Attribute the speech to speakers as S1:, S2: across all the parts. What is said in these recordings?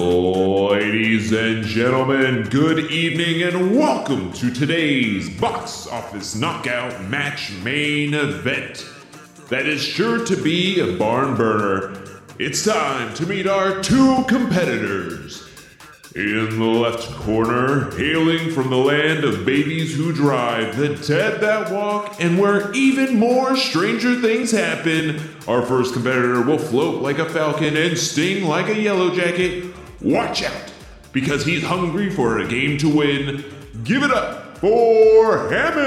S1: Ladies and gentlemen, good evening and welcome to today's box office knockout match main event. That is sure to be a barn burner. It's time to meet our two competitors. In the left corner, hailing from the land of babies who drive, the dead that walk, and where even more stranger things happen, our first competitor will float like a falcon and sting like a yellow jacket. Watch out, because he's hungry for a game to win. Give it up for Hammock!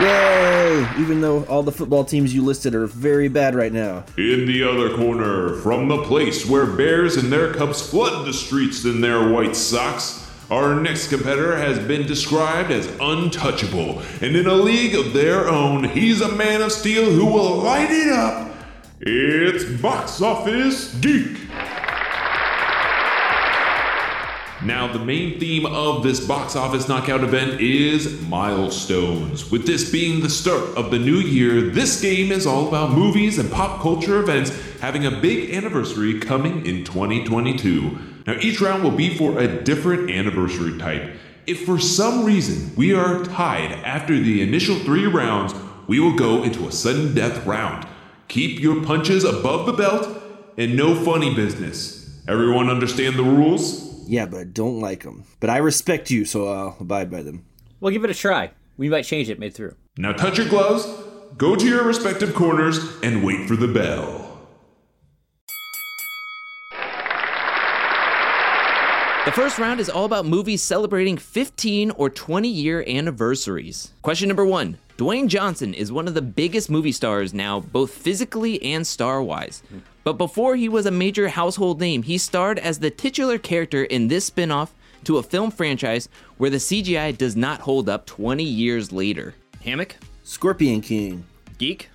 S2: Yay! Even though all the football teams you listed are very bad right now.
S1: In the other corner, from the place where bears and their cubs flood the streets in their white socks, our next competitor has been described as untouchable, and in a league of their own, he's a man of steel who will light it up. It's Box Office Geek! Now, the main theme of this box office knockout event is milestones. With this being the start of the new year, this game is all about movies and pop culture events having a big anniversary coming in 2022. Now, each round will be for a different anniversary type. If for some reason we are tied after the initial three rounds, we will go into a sudden death round. Keep your punches above the belt and no funny business. Everyone understand the rules?
S2: Yeah, but I don't like them. But I respect you, so I'll abide by them.
S3: We'll give it a try. We might change it mid through.
S1: Now touch your gloves, go to your respective corners, and wait for the bell.
S4: The first round is all about movies celebrating 15 or 20 year anniversaries. Question number one Dwayne Johnson is one of the biggest movie stars now, both physically and star wise. But before he was a major household name, he starred as the titular character in this spin off to a film franchise where the CGI does not hold up 20 years later. Hammock?
S2: Scorpion King.
S4: Geek?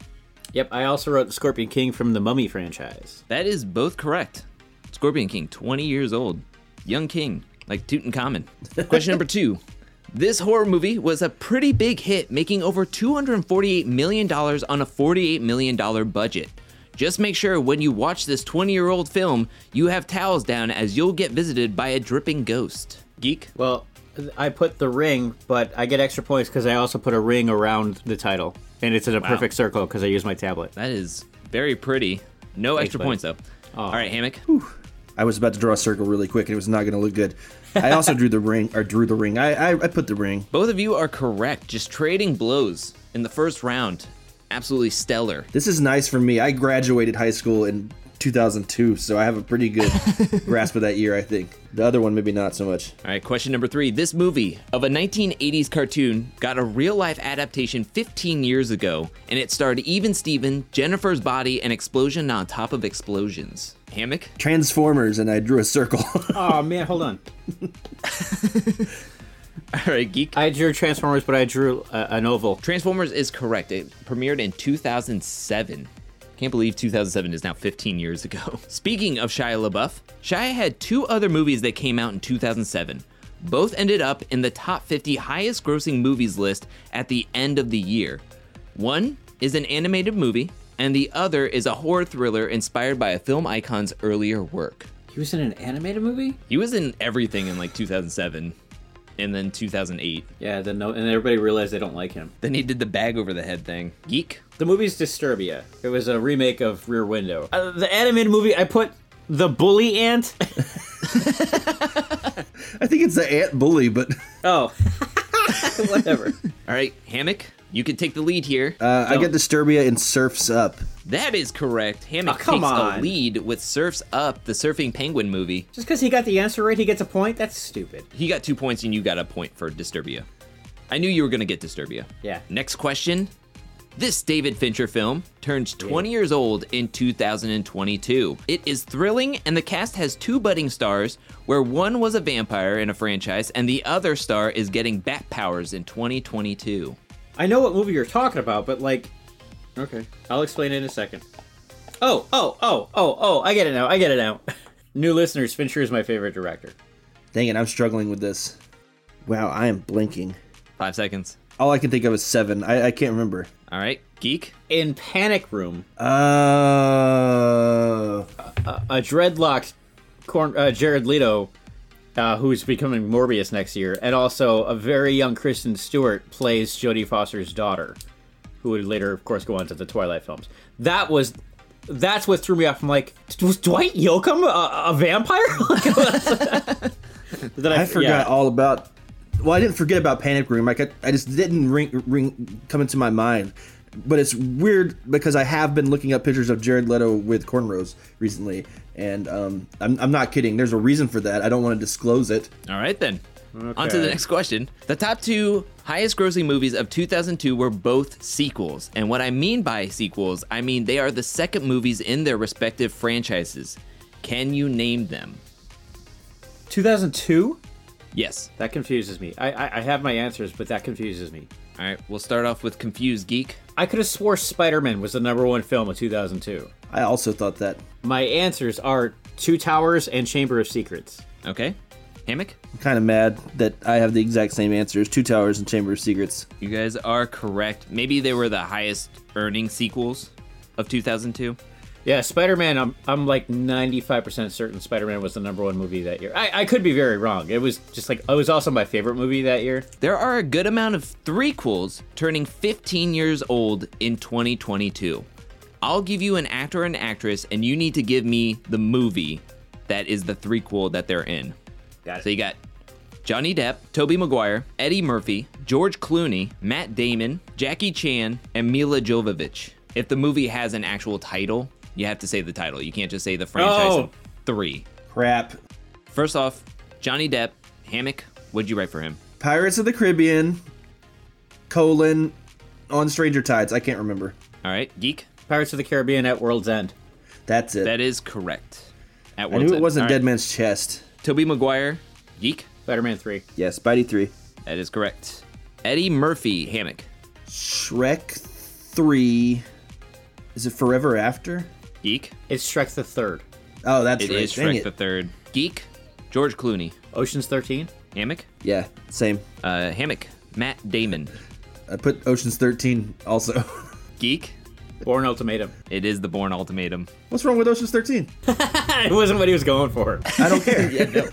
S3: Yep, I also wrote the Scorpion King from the Mummy franchise.
S4: That is both correct. Scorpion King, 20 years old. Young King, like Tutankhamun. Question number two. This horror movie was a pretty big hit, making over $248 million on a $48 million budget. Just make sure when you watch this 20 year old film, you have towels down as you'll get visited by a dripping ghost. Geek?
S3: Well, I put the ring, but I get extra points because I also put a ring around the title. And it's in a perfect circle because I use my tablet.
S4: That is very pretty. No extra
S3: buddy.
S4: points, though. All right, Hammock.
S2: I was about to draw a circle really quick, and it was not going to look good. I also drew the ring, or drew the ring. I, I, I put the ring.
S4: Both of you are correct, just trading blows in the first round. Absolutely stellar.
S2: This is nice for me. I graduated high school in 2002, so I have a pretty good grasp of that year, I think. The other one, maybe not so much.
S4: All right, question number three. This movie of a 1980s cartoon got a real life adaptation 15 years ago, and it starred Even Steven, Jennifer's Body, and Explosion on top of Explosions. Hammock?
S2: Transformers, and I drew a circle.
S3: Oh, man, hold on.
S4: All right, Geek.
S3: I drew Transformers, but I drew uh, an oval.
S4: Transformers is correct. It premiered in 2007. Can't believe 2007 is now 15 years ago. Speaking of Shia LaBeouf, Shia had two other movies that came out in 2007. Both ended up in the top 50 highest grossing movies list at the end of the year. One is an animated movie, and the other is a horror thriller inspired by a film icon's earlier work.
S3: He was in an animated movie?
S4: He was in everything in like 2007 and then 2008.
S3: Yeah, then no, and everybody realized they don't like him.
S4: Then he did the bag over the head thing. Geek?
S3: The movie's Disturbia. It was a remake of Rear Window. Uh, the animated movie, I put The Bully Ant.
S2: I think it's the ant bully, but uh,
S3: oh, whatever.
S4: All right, Hammock, you can take the lead here.
S2: uh, I get Disturbia and Surfs Up.
S4: That is correct. Hammock
S3: Oh, come
S4: takes the
S3: on.
S4: lead with Surf's Up, the Surfing Penguin movie.
S3: Just because he got the answer right, he gets a point? That's stupid.
S4: He got two points and you got a point for Disturbia. I knew you were going to get Disturbia.
S3: Yeah.
S4: Next question. This David Fincher film turns 20 years old in 2022. It is thrilling, and the cast has two budding stars, where one was a vampire in a franchise, and the other star is getting bat powers in 2022.
S3: I know what movie you're talking about, but like, okay, I'll explain it in a second. Oh, oh, oh, oh, oh! I get it now. I get it now. New listeners, Fincher is my favorite director.
S2: Dang it, I'm struggling with this. Wow, I am blinking.
S4: Five seconds.
S2: All I can think of is seven. I, I can't remember.
S4: All right, geek.
S3: In Panic Room,
S2: Uh,
S3: a dreadlocked Corn, uh, Jared Leto, uh, who's becoming Morbius next year, and also a very young Kristen Stewart plays Jodie Foster's daughter, who would later, of course, go on to the Twilight films. That was. That's what threw me off. I'm like, was Dwight Yoakam a, a vampire? But then
S2: I forgot
S3: yeah.
S2: all about. Well, I didn't forget about Panic Room. Like I, I just didn't ring, ring come into my mind. But it's weird because I have been looking up pictures of Jared Leto with cornrows recently, and um, I'm, I'm not kidding. There's a reason for that. I don't want to disclose it.
S4: All right, then. On to the
S3: Okay.
S4: next question. The top two highest grossing movies of 2002 were both sequels. And what I mean by sequels, I mean they are the second movies in their respective franchises. Can you name them?
S3: 2002?
S4: Yes.
S3: That confuses me. I, I I have my answers, but that confuses me.
S4: All right, we'll start off with Confused Geek.
S3: I could have swore Spider Man was the number one film of 2002.
S2: I also thought that.
S3: My answers are Two Towers and Chamber of Secrets.
S4: Okay. Hammock?
S2: I'm kind of mad that I have the exact same answers: Two Towers and Chamber of Secrets.
S4: You guys are correct. Maybe they were the highest earning sequels of 2002.
S3: Yeah, Spider Man, I'm, I'm like 95% certain Spider Man was the number one movie that year. I, I could be very wrong. It was just like, it was also my favorite movie that year.
S4: There are a good amount of threequels turning 15 years old in 2022. I'll give you an actor and actress, and you need to give me the movie that is the threequel that they're in.
S3: Got it.
S4: So you got Johnny Depp, Toby Maguire, Eddie Murphy, George Clooney, Matt Damon, Jackie Chan, and Mila Jovovich. If the movie has an actual title, you have to say the title. You can't just say the franchise
S3: Oh.
S4: of three.
S2: Crap.
S4: First off, Johnny Depp, Hammock, what'd you write for him?
S2: Pirates of the Caribbean. Colon. On Stranger Tides. I can't remember.
S4: All right, Geek,
S3: Pirates of the Caribbean at World's End.
S2: That's it.
S4: that is correct. At
S2: I knew it wasn't
S4: Deadman.
S2: Dead Man's Chest.
S4: Toby Maguire, Geek,
S3: Spider Man 3.
S2: Yeah, Spidey three.
S4: that is correct. Eddie Murphy, Hammock,
S2: Shrek 3. Is it Forever After?
S4: Geek,
S3: It's Shrek the Third.
S2: Oh, that's
S4: It
S2: right.
S4: is
S2: Dang
S4: Shrek
S2: it.
S4: the Third, Geek, George Clooney,
S3: Ocean's 13?
S4: Hammock,
S2: Yeah, same.
S4: uh, Hammock, Matt Damon,
S2: I put Ocean's 13 also.
S4: Geek,
S3: Born Ultimatum.
S4: it is the Born Ultimatum.
S2: What's wrong with Ocean's 13?
S3: it wasn't what he was going for.
S2: I don't care.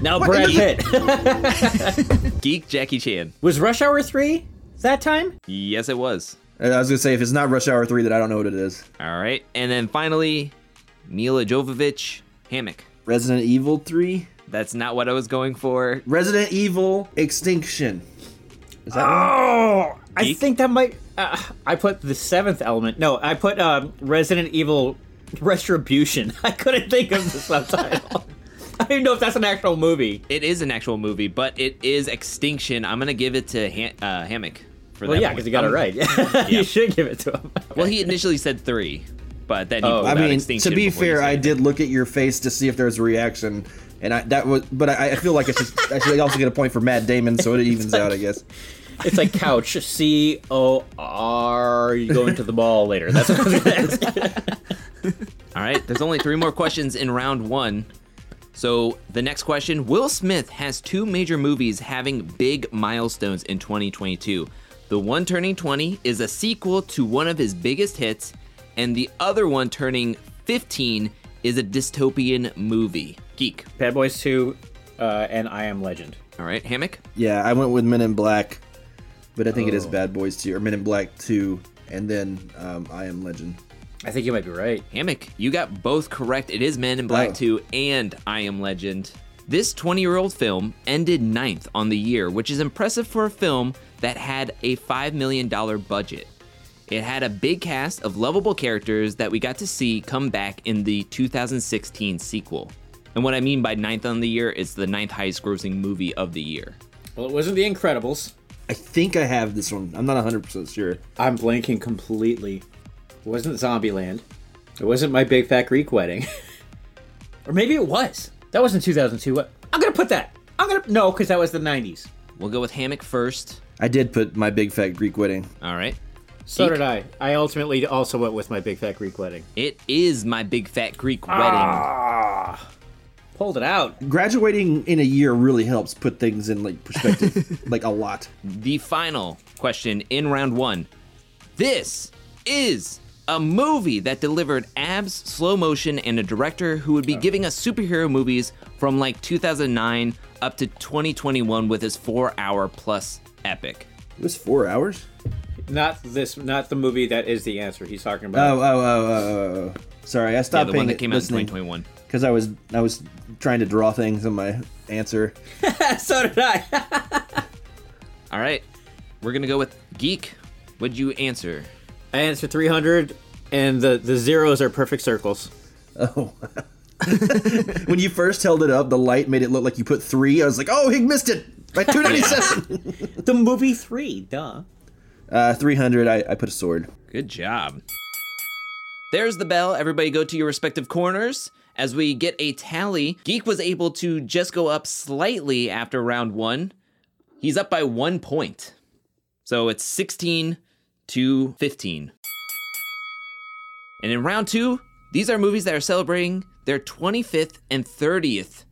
S3: Now, Brad Pitt.
S4: Geek, Jackie Chan.
S3: was Rush Hour 3 that time?
S4: Yes, it was.
S2: I was going to say, if it's not Rush Hour 3, then I don't know what it is.
S4: All right, and then finally, Mila Jovovich, Hammock.
S2: Resident Evil 3?
S4: That's not what I was going for.
S2: Resident Evil Extinction. Is that right?
S3: Oh, I
S4: Geek?
S3: think that might. Uh, I put the seventh element. No, I put um, Resident Evil Retribution. I couldn't think of the subtitle. I don't even know if that's an actual movie.
S4: It is an actual movie, but it is Extinction. I'm gonna give it to ha- uh, Hammock for
S3: Well,
S4: that.
S3: yeah,
S4: one.
S3: because you got
S4: I'm-
S3: it right. you should give it to him.
S4: Well, he initially said three, but then he
S3: Oh.
S4: pulled
S2: I
S4: out
S2: mean, to
S4: Extinction
S2: be
S4: before you
S2: fair,
S4: said
S2: I
S4: it.
S2: did look at your face to see if there was a reaction. And I, that was, but I, I feel like I should, I should also get a point for Matt Damon, so it evens out, I guess.
S3: It's like couch. C O R. You going to the mall later? That's what I was gonna ask.
S4: All right, there's only three more questions in round one. So the next question: Will Smith has two major movies having big milestones in 2022. The one turning 20 is a sequel to one of his biggest hits, and the other one turning 15 is a dystopian movie. Geek.
S3: Bad Boys Two, uh, and I Am Legend.
S4: All right, hammock.
S2: Yeah, I went with Men in Black, but I think
S4: Oh.
S2: it is Bad Boys 2 or Men in Black 2, and then um, I Am Legend.
S3: I think you might be right.
S4: Hammock, you got both correct. It is Men in Black
S2: Oh.
S4: 2 and I Am Legend. This 20 year old film ended ninth on the year, which is impressive for a film that had a $5 million budget. It had a big cast of lovable characters that we got to see come back in the 2016 sequel. And what I mean by ninth on the year is the ninth highest grossing movie of the year.
S3: Well, it wasn't The Incredibles.
S2: I think I have this one. I'm not 100% sure.
S3: I'm blanking completely. It wasn't Zombieland. It wasn't my Big Fat Greek Wedding. or maybe it was. That wasn't 2002. What? I'm gonna put that. I'm gonna no, because that was the 90s.
S4: We'll go with Hammock first.
S2: I did put my big fat Greek wedding.
S4: All right.
S3: So did I. I ultimately also went with my Big Fat Greek Wedding.
S4: It is my big fat Greek
S3: Ah.
S4: wedding.
S3: Pulled it out.
S2: Graduating in a year really helps put things in like perspective, like a lot.
S4: the final question in round one. This is A movie that delivered abs, slow motion, and a director who would be giving us superhero movies from like 2009 up to 2021 with his four hour plus epic.
S2: It was four hours.
S3: Not this, not the movie that is the answer he's talking
S2: Oh,
S3: about.
S2: oh, oh, oh, oh, oh. Sorry, I
S4: Yeah,
S2: stopped
S4: the
S2: paying
S4: one that came out in
S2: listening
S4: 2021.
S2: because I was I was trying to draw things on my answer.
S3: so did I.
S4: All right, we're gonna go with Geek. What'd you answer?
S3: I answered 300, and the, the zeros are perfect circles.
S2: Oh. when you first held it up, the light made it look like you put three. I was like, oh, he missed it by two ninety seven.
S3: The movie 3, duh.
S2: uh, Three hundred. I, I put a sword.
S4: Good job. There's the bell. Everybody go to your respective corners. As we get a tally, Geek was able to just go up slightly after round one. He's up by one point. So it's 16 to 15. And in round two, these are movies that are celebrating their 25th and 30th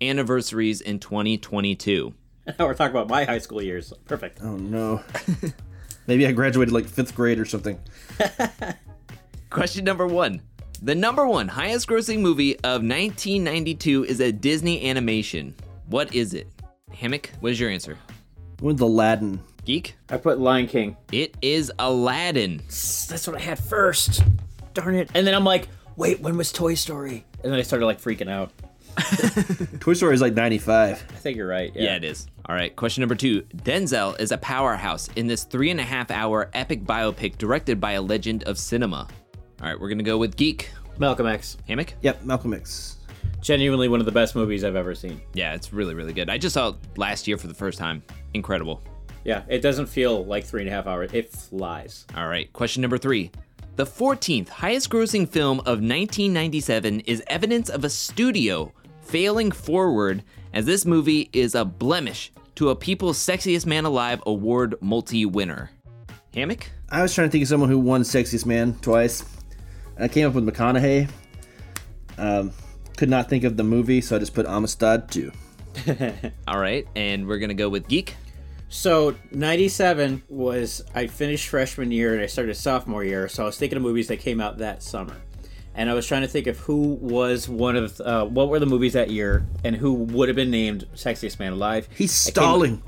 S4: anniversaries in 2022.
S3: Now we're talking about my high school years. Perfect.
S2: Oh no. Maybe I graduated like fifth grade or something.
S4: Question number one. The number one highest grossing movie of 1992 is a Disney animation. What is it? Hammock, what is your answer?
S2: With Aladdin.
S4: Geek?
S3: I put Lion King.
S4: It is Aladdin.
S3: That's what I had first. Darn it. And then I'm like, wait, when was Toy Story? And then I started like freaking out.
S2: Toy Story is like ninety five.
S3: I think you're right.
S4: Yeah, it is. All right, question number two. Denzel is a powerhouse in this three and a half hour epic biopic directed by a legend of cinema. All right, we're gonna go with Geek.
S3: Malcolm X.
S4: Hammock?
S2: Yep, Malcolm X.
S3: Genuinely one of the best movies I've ever seen.
S4: Yeah, it's really, really good. I just saw it last year for the first time. Incredible.
S3: Yeah, it doesn't feel like three and a half hours. It flies.
S4: All right, question number three. The 14th highest grossing film of 1997 is evidence of a studio failing forward, as this movie is a blemish to a People's Sexiest Man Alive award multi winner. Hammock?
S2: I was trying to think of someone who won Sexiest Man twice. And I came up with McConaughey. Um, could not think of the movie, so I just put Amistad 2.
S4: All right, and we're gonna go with Geek.
S3: So, 97 was I finished freshman year and I started sophomore year. So, I was thinking of movies that came out that summer. And I was trying to think of who was one of uh, what were the movies that year and who would have been named Sexiest Man Alive.
S2: He's
S3: I came-
S2: stalling.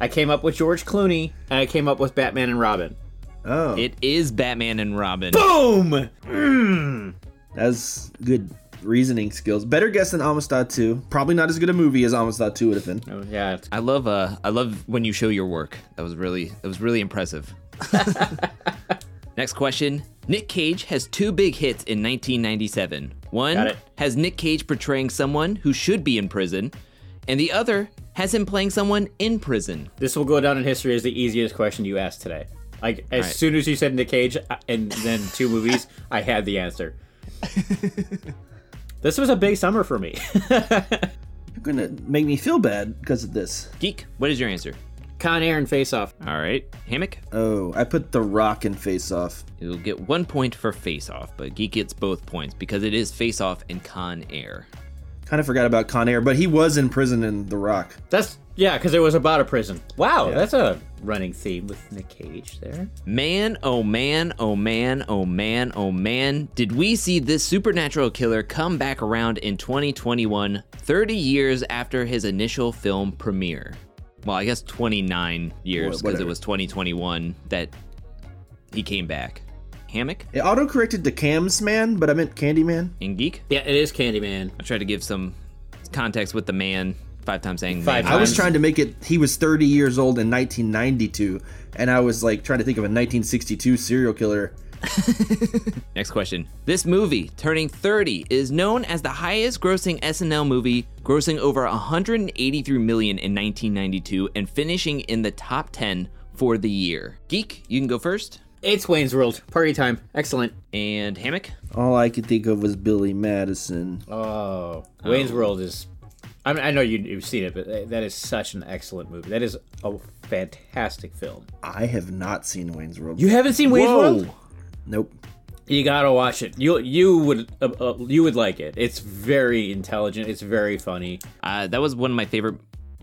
S3: I came up with George Clooney and I came up with Batman and Robin.
S2: Oh,
S4: It is Batman and Robin.
S3: Boom!
S2: that's good reasoning skills. Better guess than Amistad 2. Probably not as good a movie as Amistad 2 would have been.
S3: Oh, yeah, it's-
S4: I love uh I love when you show your work. That was really that was really impressive. Next question. Nick Cage has two big hits in 1997.
S3: Got
S4: One
S3: it.
S4: has Nick Cage portraying someone who should be in prison, and the other has him playing someone in prison.
S3: this will go down in history as the easiest question you asked today. Like as
S4: right.
S3: soon as you said Nick Cage I- and then two movies, I had the answer. this was a big summer for me.
S2: You're going to make me feel bad because of this.
S4: Geek, what is your answer?
S3: Con Air and Face Off.
S4: All right, Hammock,
S2: Oh, I put The Rock in Face Off.
S4: you'll get one point for Face Off, but Geek gets both points because it is Face Off and Con Air.
S2: Kind of forgot about Con Air, but he was in prison in The Rock.
S3: That's yeah, because it was about a prison. Wow, that's a running theme with Nick Cage there.
S4: Man, oh man, oh man, oh man, oh man, did we see this supernatural killer come back around in 2021, 30 years after his initial film premiere? Well, I guess 29 years
S2: Wha-
S4: because
S2: whatever.
S4: it was 2021 that he came back. Hammock
S2: It auto corrected to Cam's Man, but I meant Candyman.
S4: and Geek.
S3: Yeah, it is Candyman.
S4: I tried to give some context with the man five times saying
S3: Five
S4: man.
S2: I was
S3: times.
S2: trying to make it. He was 30 years old in 1992, and I was like trying to think of a 1962 serial killer.
S4: Next question. This movie, turning 30, is known as the highest grossing SNL movie, grossing over 183 million in 1992 and finishing in the top 10 for the year. Geek, you can go first.
S3: It's Wayne's World. Party time. Excellent.
S4: And Hammock?
S2: All I could think of was Billy Madison.
S3: Oh, Wayne's World is. I, mean, I know you, you've seen it, but tha- that is such an excellent movie. That is a fantastic film.
S2: I have not seen Wayne's World.
S3: You haven't seen Wayne's World?
S2: nope.
S3: You gotta watch it. You you would uh, uh, you would like it. It's very intelligent. It's very funny.
S4: Uh, that was one of my favorite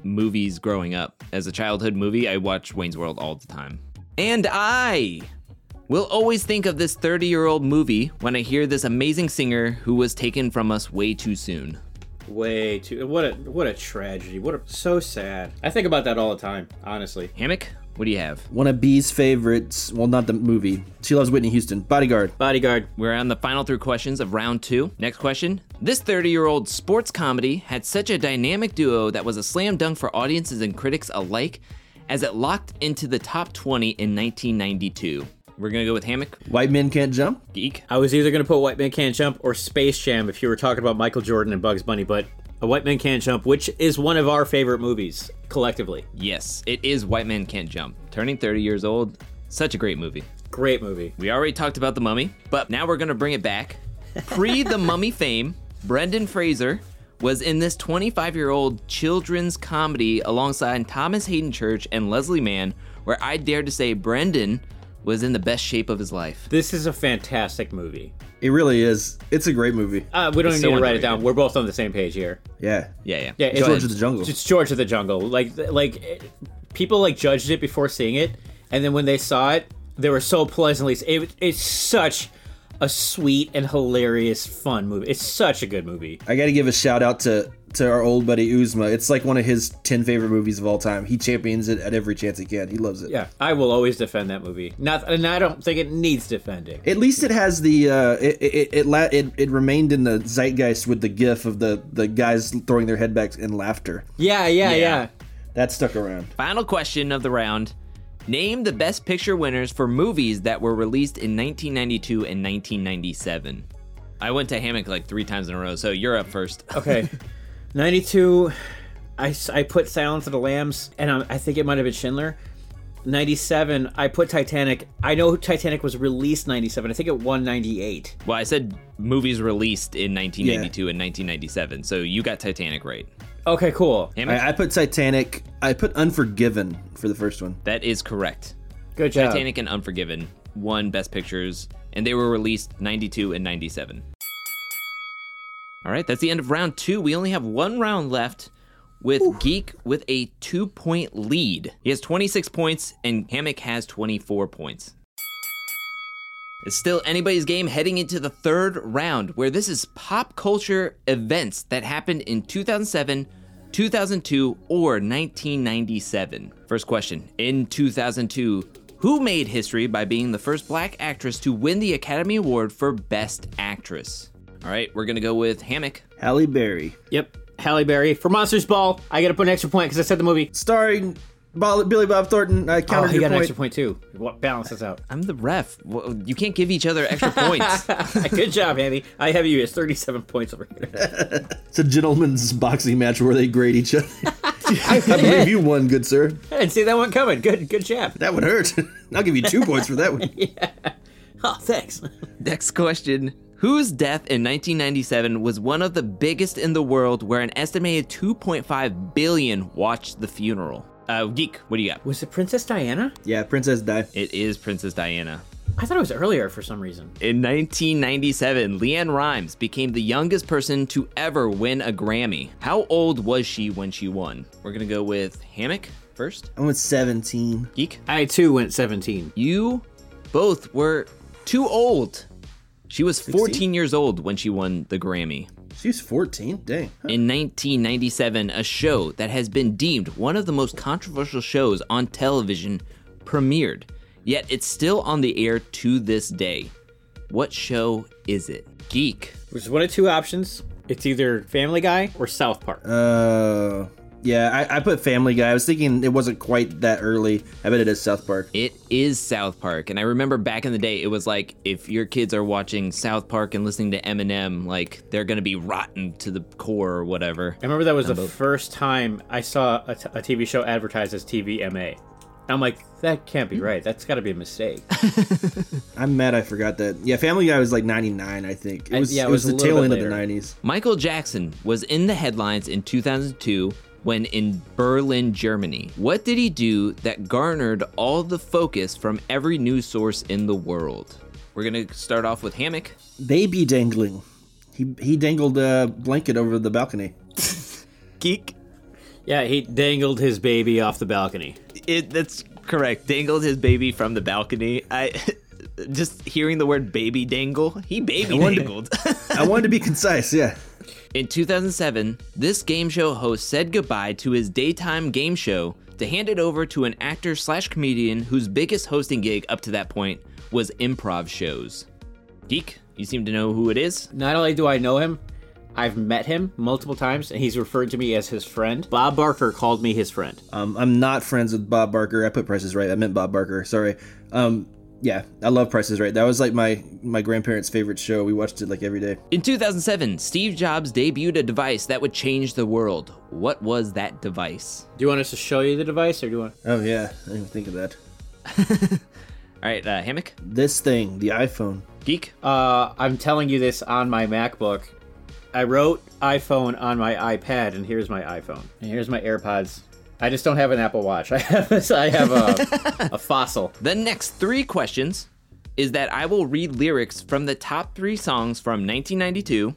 S4: movies growing up. As a childhood movie, I watched Wayne's World all the time. And I We'll always think of this 30 year old movie when I hear this amazing singer who was taken from us way too soon.
S3: Way too. What a what a tragedy. What a so sad. I think about that all the time. Honestly,
S4: Hammock, what do you have?
S2: One of B's favorites. Well, not the movie. She loves Whitney Houston. Bodyguard.
S3: bodyguard.
S4: We're on the final three questions of round two. Next question. This 30 year old sports comedy had such a dynamic duo that was a slam dunk for audiences and critics alike as it locked into the top 20 in 1992. We're going to go with Hammock.
S2: White men can't jump.
S4: Geek.
S3: I was either gonna put White Man Can't Jump or Space Jam if you were talking about Michael Jordan and Bugs Bunny, but a White Man Can't Jump, which is one of our favorite movies collectively.
S4: Yes, it is White Man Can't Jump. Turning 30 years old. Such a great movie.
S3: Great movie.
S4: We already talked about the mummy, but now we're gonna bring it back. Pre the mummy fame, Brendan Fraser was in this 25 year old children's comedy alongside Thomas Hayden Church and Leslie Mann, where I dare to say Brendan was in the best shape of his life.
S3: This is a fantastic movie.
S2: It really is. It's a great movie.
S3: Uh, we don't
S4: It's
S3: even need
S4: so
S3: to write it down.
S4: underrated.
S3: We're both on the same page here.
S2: Yeah.
S4: Yeah, yeah.
S3: Yeah,
S4: Go
S3: it's-
S4: ahead.
S2: George of the Jungle.
S3: It's George of the Jungle. Like, like it- people like judged it before seeing it, and then when they saw it, they were so pleasantly. It, it's such a sweet and hilarious, fun movie. It's such a good movie.
S2: I got to give a shout out to to our old buddy Uzma. It's like one of his ten favorite movies of all time. He champions it at every chance he can. He loves it.
S3: Yeah, I will always defend that movie. Not, and I don't think it needs defending.
S2: At least it has the uh, it it it, la- it it remained in the zeitgeist with the gif of the the guys throwing their head back in laughter.
S3: Yeah, yeah, yeah.
S2: That stuck around.
S4: Final question of the round. Name the best picture winners for movies that were released in 1992 and 1997. I went to Hammock like three times in a row, so you're up first.
S3: Okay, ninety-two. I, s- I put Silence of the Lambs, and I, I think it might have been Schindler. 97, I put Titanic. I know Titanic was released 97. I think it won 98.
S4: Well, I said movies released in 1992 and 1997, so you got Titanic right.
S3: Okay, cool.
S4: Hammock,
S2: I, I put Titanic. I put Unforgiven for the first one.
S4: that is correct.
S3: Good job.
S4: Titanic and Unforgiven won Best Pictures, and they were released 92 and 97. All right, that's the end of round two. We only have one round left with Geek with a two point lead. He has 26 points, and Hammock has 24 points. It's still anybody's game heading into the third round, where this is pop culture events that happened in 2007, 2002, or 1997. First question In 2002, who made history by being the first black actress to win the Academy Award for Best Actress? All right, we're gonna go with Hammock.
S2: Halle Berry,
S3: Yep. Halle Berry for Monsters Ball. I gotta put an extra point because I said the movie.
S2: starring Bo- Billy Bob Thornton. I
S3: Oh,
S2: countered
S3: he
S2: your
S3: got an
S2: point.
S3: extra point too. What balance this out?
S4: I'm the ref. Wha- You can't give each other extra points.
S3: Good job, Andy. I have you as 37 points over here.
S2: It's a gentleman's boxing match where they grade each other. I believe you won, good sir.
S3: I didn't see that one coming. Good, good job.
S2: That would hurt. I'll give you two points for that one.
S3: Oh, thanks.
S4: Next question. Whose death in 1997 was one of the biggest in the world where an estimated 2.5 billion watched the funeral? Uh, Geek, what do you got?
S3: Was it Princess Diana?
S2: Yeah, Princess Di.
S4: It is Princess Diana.
S3: I thought it was earlier for some reason.
S4: In 1997, Leanne Rhymes became the youngest person to ever win a Grammy. How old was she when she won? We're gonna go with Hammock first.
S2: I went 17.
S4: Geek,
S3: I too went 17.
S4: you both were too old. She was 14 years old when she won the Grammy.
S2: She was 14? Dang.
S4: In 1997, a show that has been deemed one of the most controversial shows on television premiered, yet it's still on the air to this day. What show is it? Geek.
S3: Which is one of two options. It's either Family Guy or South Park.
S2: Uh, yeah, I, I put Family Guy. I was thinking it wasn't quite that early. I bet it is South Park.
S4: It is South Park. And I remember back in the day, it was like if your kids are watching South Park and listening to Eminem, like they're going to be rotten to the core or whatever.
S3: I remember that was the first time I saw a, t- a TV show advertised as TVMA. I'm like, that can't be right. That's got to be a mistake.
S2: I'm mad I forgot that. Yeah, Family Guy was like 99, I think. It
S3: I-
S2: was,
S3: yeah,
S2: it was,
S3: a
S2: the
S3: little
S2: tail
S3: bit
S2: end
S3: later.
S2: of the 90s.
S4: Michael Jackson was in the headlines in 2002 when in Berlin, Germany. What did he do that garnered all the focus from every news source in the world? We're going to start off with Hammock.
S2: Baby dangling. He, he dangled a blanket over the balcony.
S4: Geek.
S3: yeah, he dangled his baby off the balcony.
S4: It, that's correct. Dangled his baby from the balcony. I just hearing the word baby dangle, he baby
S2: wonder-
S4: dangled.
S2: I wanted to be concise. Yeah.
S4: In 2007, this game show host said goodbye to his daytime game show to hand it over to an actor slash comedian whose biggest hosting gig up to that point was improv shows. Geek, you seem to know who it is?
S3: Not only do I know him, I've met him multiple times, and he's referred to me as his friend. Bob Barker called me his friend.
S2: Um, I'm not friends with Bob Barker. I put prices right. I meant Bob Barker. Sorry. Um, yeah, I love Prices Right. That was like my my grandparents' favorite show. We watched it like every day.
S4: In 2007, Steve Jobs debuted a device that would change the world. What was that device?
S3: Do you want us to show you the device, or do you want?
S2: Oh yeah, I didn't even think of that.
S4: All right, uh, Hammock,
S2: This thing, the iPhone.
S4: Geek,
S3: Uh, I'm telling you this on my MacBook. I wrote iPhone on my iPad, and here's my iPhone. And here's my AirPods. I just don't have an Apple Watch. I have I have a, a fossil.
S4: The next three questions is that I will read lyrics from the top three songs from 1992,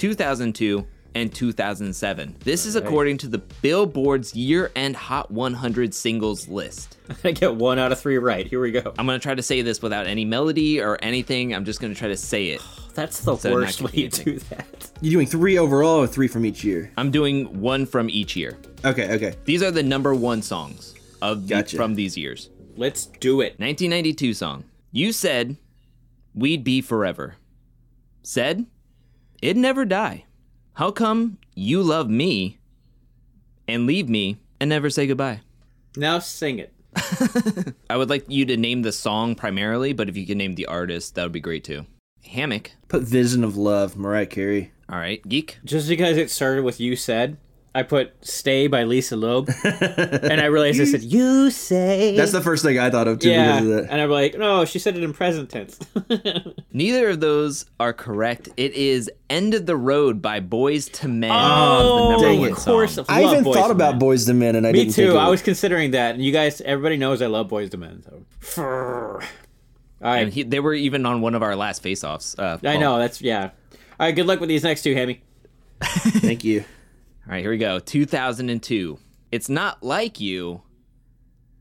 S4: 2002, and 2007. This is according to the Billboard's year end Hot 100 singles list.
S3: I get one out of three right. Here we go.
S4: I'm going to try to say this without any melody or anything. I'm just going to try to say it.
S3: That's the
S4: So not
S3: worst way to do
S4: confusing.
S3: that.
S2: You're doing three overall or three from each year?
S4: I'm doing one from each year.
S2: Okay, okay.
S4: These are the number one songs of the-
S2: Gotcha.
S4: from these years.
S3: Let's do it.
S4: 1992 song. You said we'd be forever. Said it'd never die. How come you love me and leave me and never say goodbye?
S3: Now sing it.
S4: I would like you to name the song primarily, but if you can name the artist, that would be great too. Hammock.
S2: Put Vision of Love, Mariah Carey.
S4: All right, geek.
S3: Just because it started with "You Said," I put "Stay" by Lisa Loeb, and I realized I said "You Say."
S2: That's the first thing I thought of too
S3: yeah,
S2: because of
S3: and
S2: that.
S3: I'm like, no, she said it in present tense.
S4: Neither of those are correct. It is "End of the Road" by Boys to Men.
S3: Oh,
S4: the number
S2: dang
S4: one
S2: it.
S3: of course,
S4: song.
S3: of
S2: I
S3: love
S2: even
S3: Boyz
S2: thought
S3: II
S2: about
S3: Men.
S2: Boys to Men, and I
S3: Me
S2: didn't. think
S3: too.
S2: of
S3: I
S2: it.
S3: was considering that, and you guys, everybody knows I love Boys to Men. So. All
S4: And
S3: right,
S4: he, they were even on one of our last face-offs. Uh,
S3: I
S4: Paul.
S3: know that's yeah. All right, good luck with these next two, Hammy.
S2: Thank you.
S4: All right, here we go. 2002. It's not like you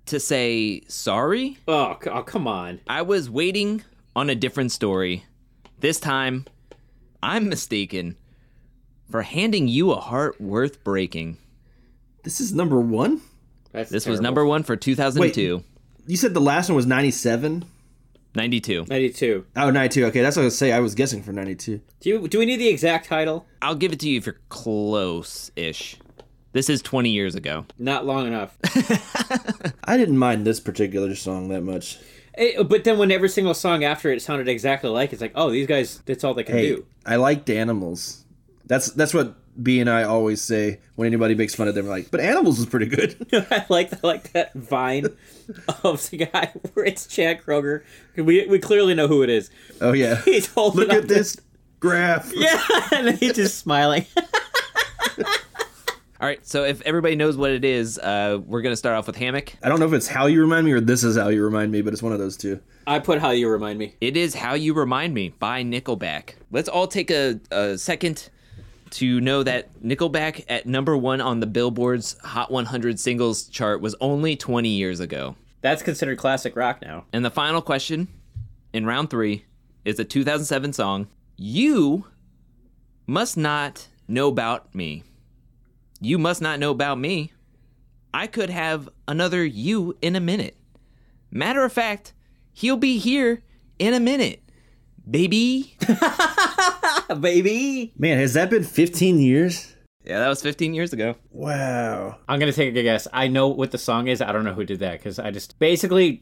S4: to say sorry.
S3: Oh, c- oh, come on.
S4: I was waiting on a different story. This time, I'm mistaken for handing you a heart worth breaking.
S2: This is number one.
S3: That's
S4: This was
S3: terrible.
S4: number one for 2002.
S2: You said the last one was 97.
S4: 92.
S3: ninety-two.
S2: Oh, 92. Okay, that's what I was saying. I was guessing for 92.
S3: Do you, do we need the exact title?
S4: I'll give it to you if you're close ish. This is 20 years ago.
S3: Not long enough.
S2: I didn't mind this particular song that much.
S3: It- Eh, but then when every single song after it sounded exactly like, it's like, oh, these guys, that's all they can
S2: Hey,
S3: do.
S2: I liked animals. That's that's what B and I always say when anybody makes fun of them. Like, but animals was pretty good.
S3: I like I like that vine of the guy where it's Chad Kroger. We we clearly know who it is.
S2: oh yeah.
S3: He's holding
S2: Look
S3: up
S2: at this graph.
S3: Yeah, and then he's just smiling.
S4: All right, so if everybody knows what it is, uh, we're going to start off with Hammock.
S2: I don't know if it's how you remind me or this is how you remind me, but it's one of those two.
S3: I put how you remind me.
S4: It is How You Remind Me by Nickelback. Let's all take a, a second to know that Nickelback at number one on the Billboard's Hot 100 singles chart was only 20 years ago.
S3: That's considered classic rock now.
S4: And the final question in round three is a 2007 song, You Must Not Know About Me. You Must Not Know About Me. I could have another you in a minute. Matter of fact, he'll be here in a minute. Baby.
S3: Baby.
S2: Man, has that been 15 years?
S4: Yeah, that was 15 years ago.
S2: Wow.
S3: I'm gonna take a guess. I know what the song is. I don't know who did that because I just basically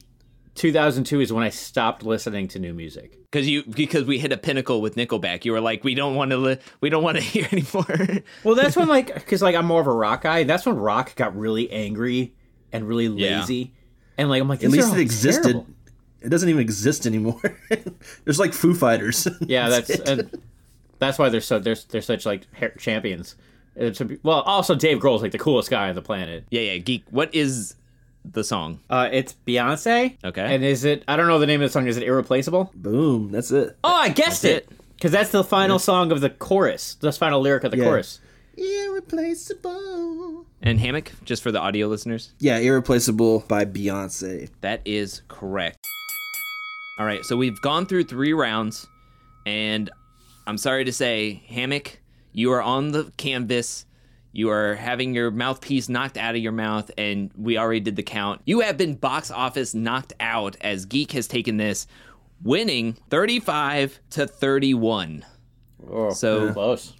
S3: 2002 is when I stopped listening to new music.
S4: Cuz you because we hit a pinnacle with Nickelback. You were like, "We don't want to li- we don't want to hear anymore."
S3: Well, that's when like because like I'm more of a rock guy. That's when rock got really angry and really
S4: Yeah.
S3: lazy, and like I'm like
S2: At
S3: these are
S2: least
S3: all
S2: it existed.
S3: terrible.
S2: It doesn't even exist anymore. There's like Foo Fighters.
S3: Yeah, that's and that's why they're so they're they're such like hair champions. It's a- well, also Dave Grohl's like the coolest guy on the planet.
S4: yeah, yeah, geek. What is the song?
S3: Uh, it's Beyonce.
S4: Okay.
S3: And is it? I don't know the name of the song. Is it Irreplaceable?
S2: Boom. That's it.
S3: Oh, I guessed
S4: That's
S3: it. Because that's the final song of the chorus. The final lyric of the
S2: Yeah.
S3: chorus.
S2: Irreplaceable.
S4: And Hammock, just for the audio listeners.
S2: Yeah, Irreplaceable by Beyonce.
S4: That is correct. All right, so we've gone through three rounds, and I'm sorry to say, Hammock, you are on the canvas. You are having your mouthpiece knocked out of your mouth, and we already did the count. You have been box office knocked out as Geek has taken this, winning 35 to 31.
S3: Oh,
S4: So-
S3: close.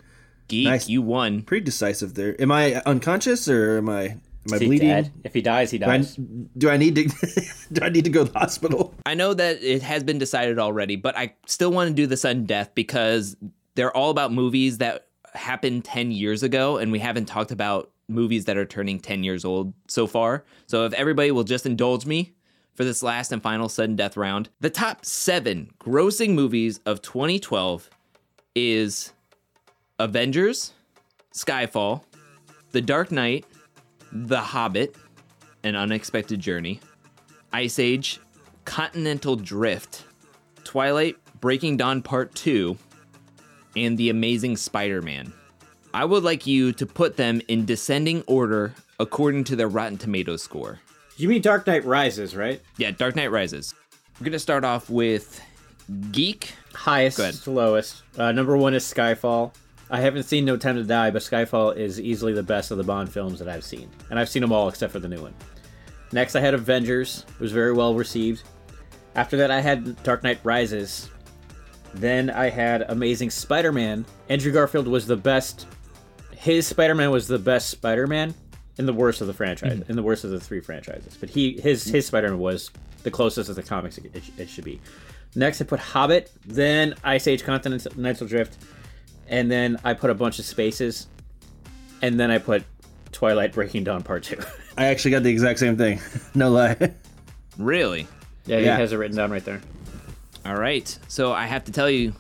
S4: Geek,
S2: Nice.
S4: you won.
S2: Pretty decisive there. Am I unconscious or am I am I
S3: Is he
S2: bleeding?
S3: dead? If he dies, he
S2: Do I,
S3: dies.
S2: do I need to do I need to go to the hospital?
S4: I know that it has been decided already, but I still want to do the sudden death because they're all about movies that happened 10 years ago, and we haven't talked about movies that are turning 10 years old so far. So if everybody will just indulge me for this last and final sudden death round, the top seven grossing movies of 2012 is Avengers, Skyfall, The Dark Knight, The Hobbit, An Unexpected Journey. Ice Age, Continental Drift, Twilight, Breaking Dawn Part 2, and The Amazing Spider Man. I would like you to put them in descending order according to their Rotten Tomatoes score.
S3: You mean Dark Knight Rises, right?
S4: Yeah, Dark Knight Rises. We're going to start off with Geek.
S3: Highest
S4: Good.
S3: to lowest. Uh, number one is Skyfall. I haven't seen No Time to Die, but Skyfall is easily the best of the Bond films that I've seen, and I've seen them all except for the new one. Next, I had Avengers, was very well received. After that, I had Dark Knight Rises. Then I had Amazing Spider-Man. Andrew Garfield was the best. His Spider-Man was the best Spider-Man in the worst of the franchise, in the worst of the three franchises. But he his his Spider-Man was the closest of the comics it, it, it should be. Next, I put Hobbit, then Ice Age Continental Drift, and then I put a bunch of spaces, and then I put Twilight Breaking Dawn Part Two.
S2: I actually got the exact same thing. No lie.
S4: Really?
S3: yeah, he
S2: Yeah.
S3: has it written down right there.
S4: All right. So I have to tell you,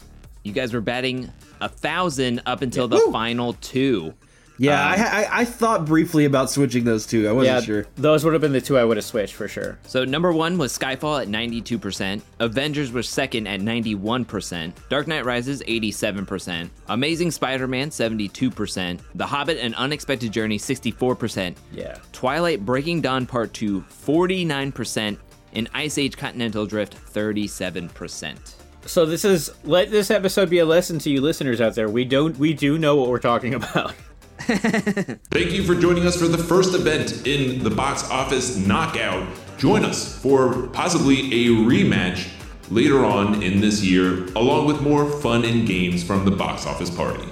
S4: you guys were batting a thousand up until the final two.
S2: Yeah, I, ha- I I thought briefly about switching those two. I wasn't
S3: yeah,
S2: sure.
S3: those would have been the two I would have switched for sure.
S4: So number one was Skyfall at 92%. Avengers was second at 91%. Dark Knight Rises 87%. Amazing Spider-Man 72%. The Hobbit and Unexpected Journey 64%.
S3: Yeah.
S4: Twilight Breaking Dawn Part 2 49%. And Ice Age Continental Drift 37%.
S3: So this is let this episode be a lesson to you listeners out there. We don't we do know what we're talking about.
S1: Thank you for joining us for the first event in the box office knockout. Join us for possibly a rematch later on in this year, along with more fun and games from the box office party.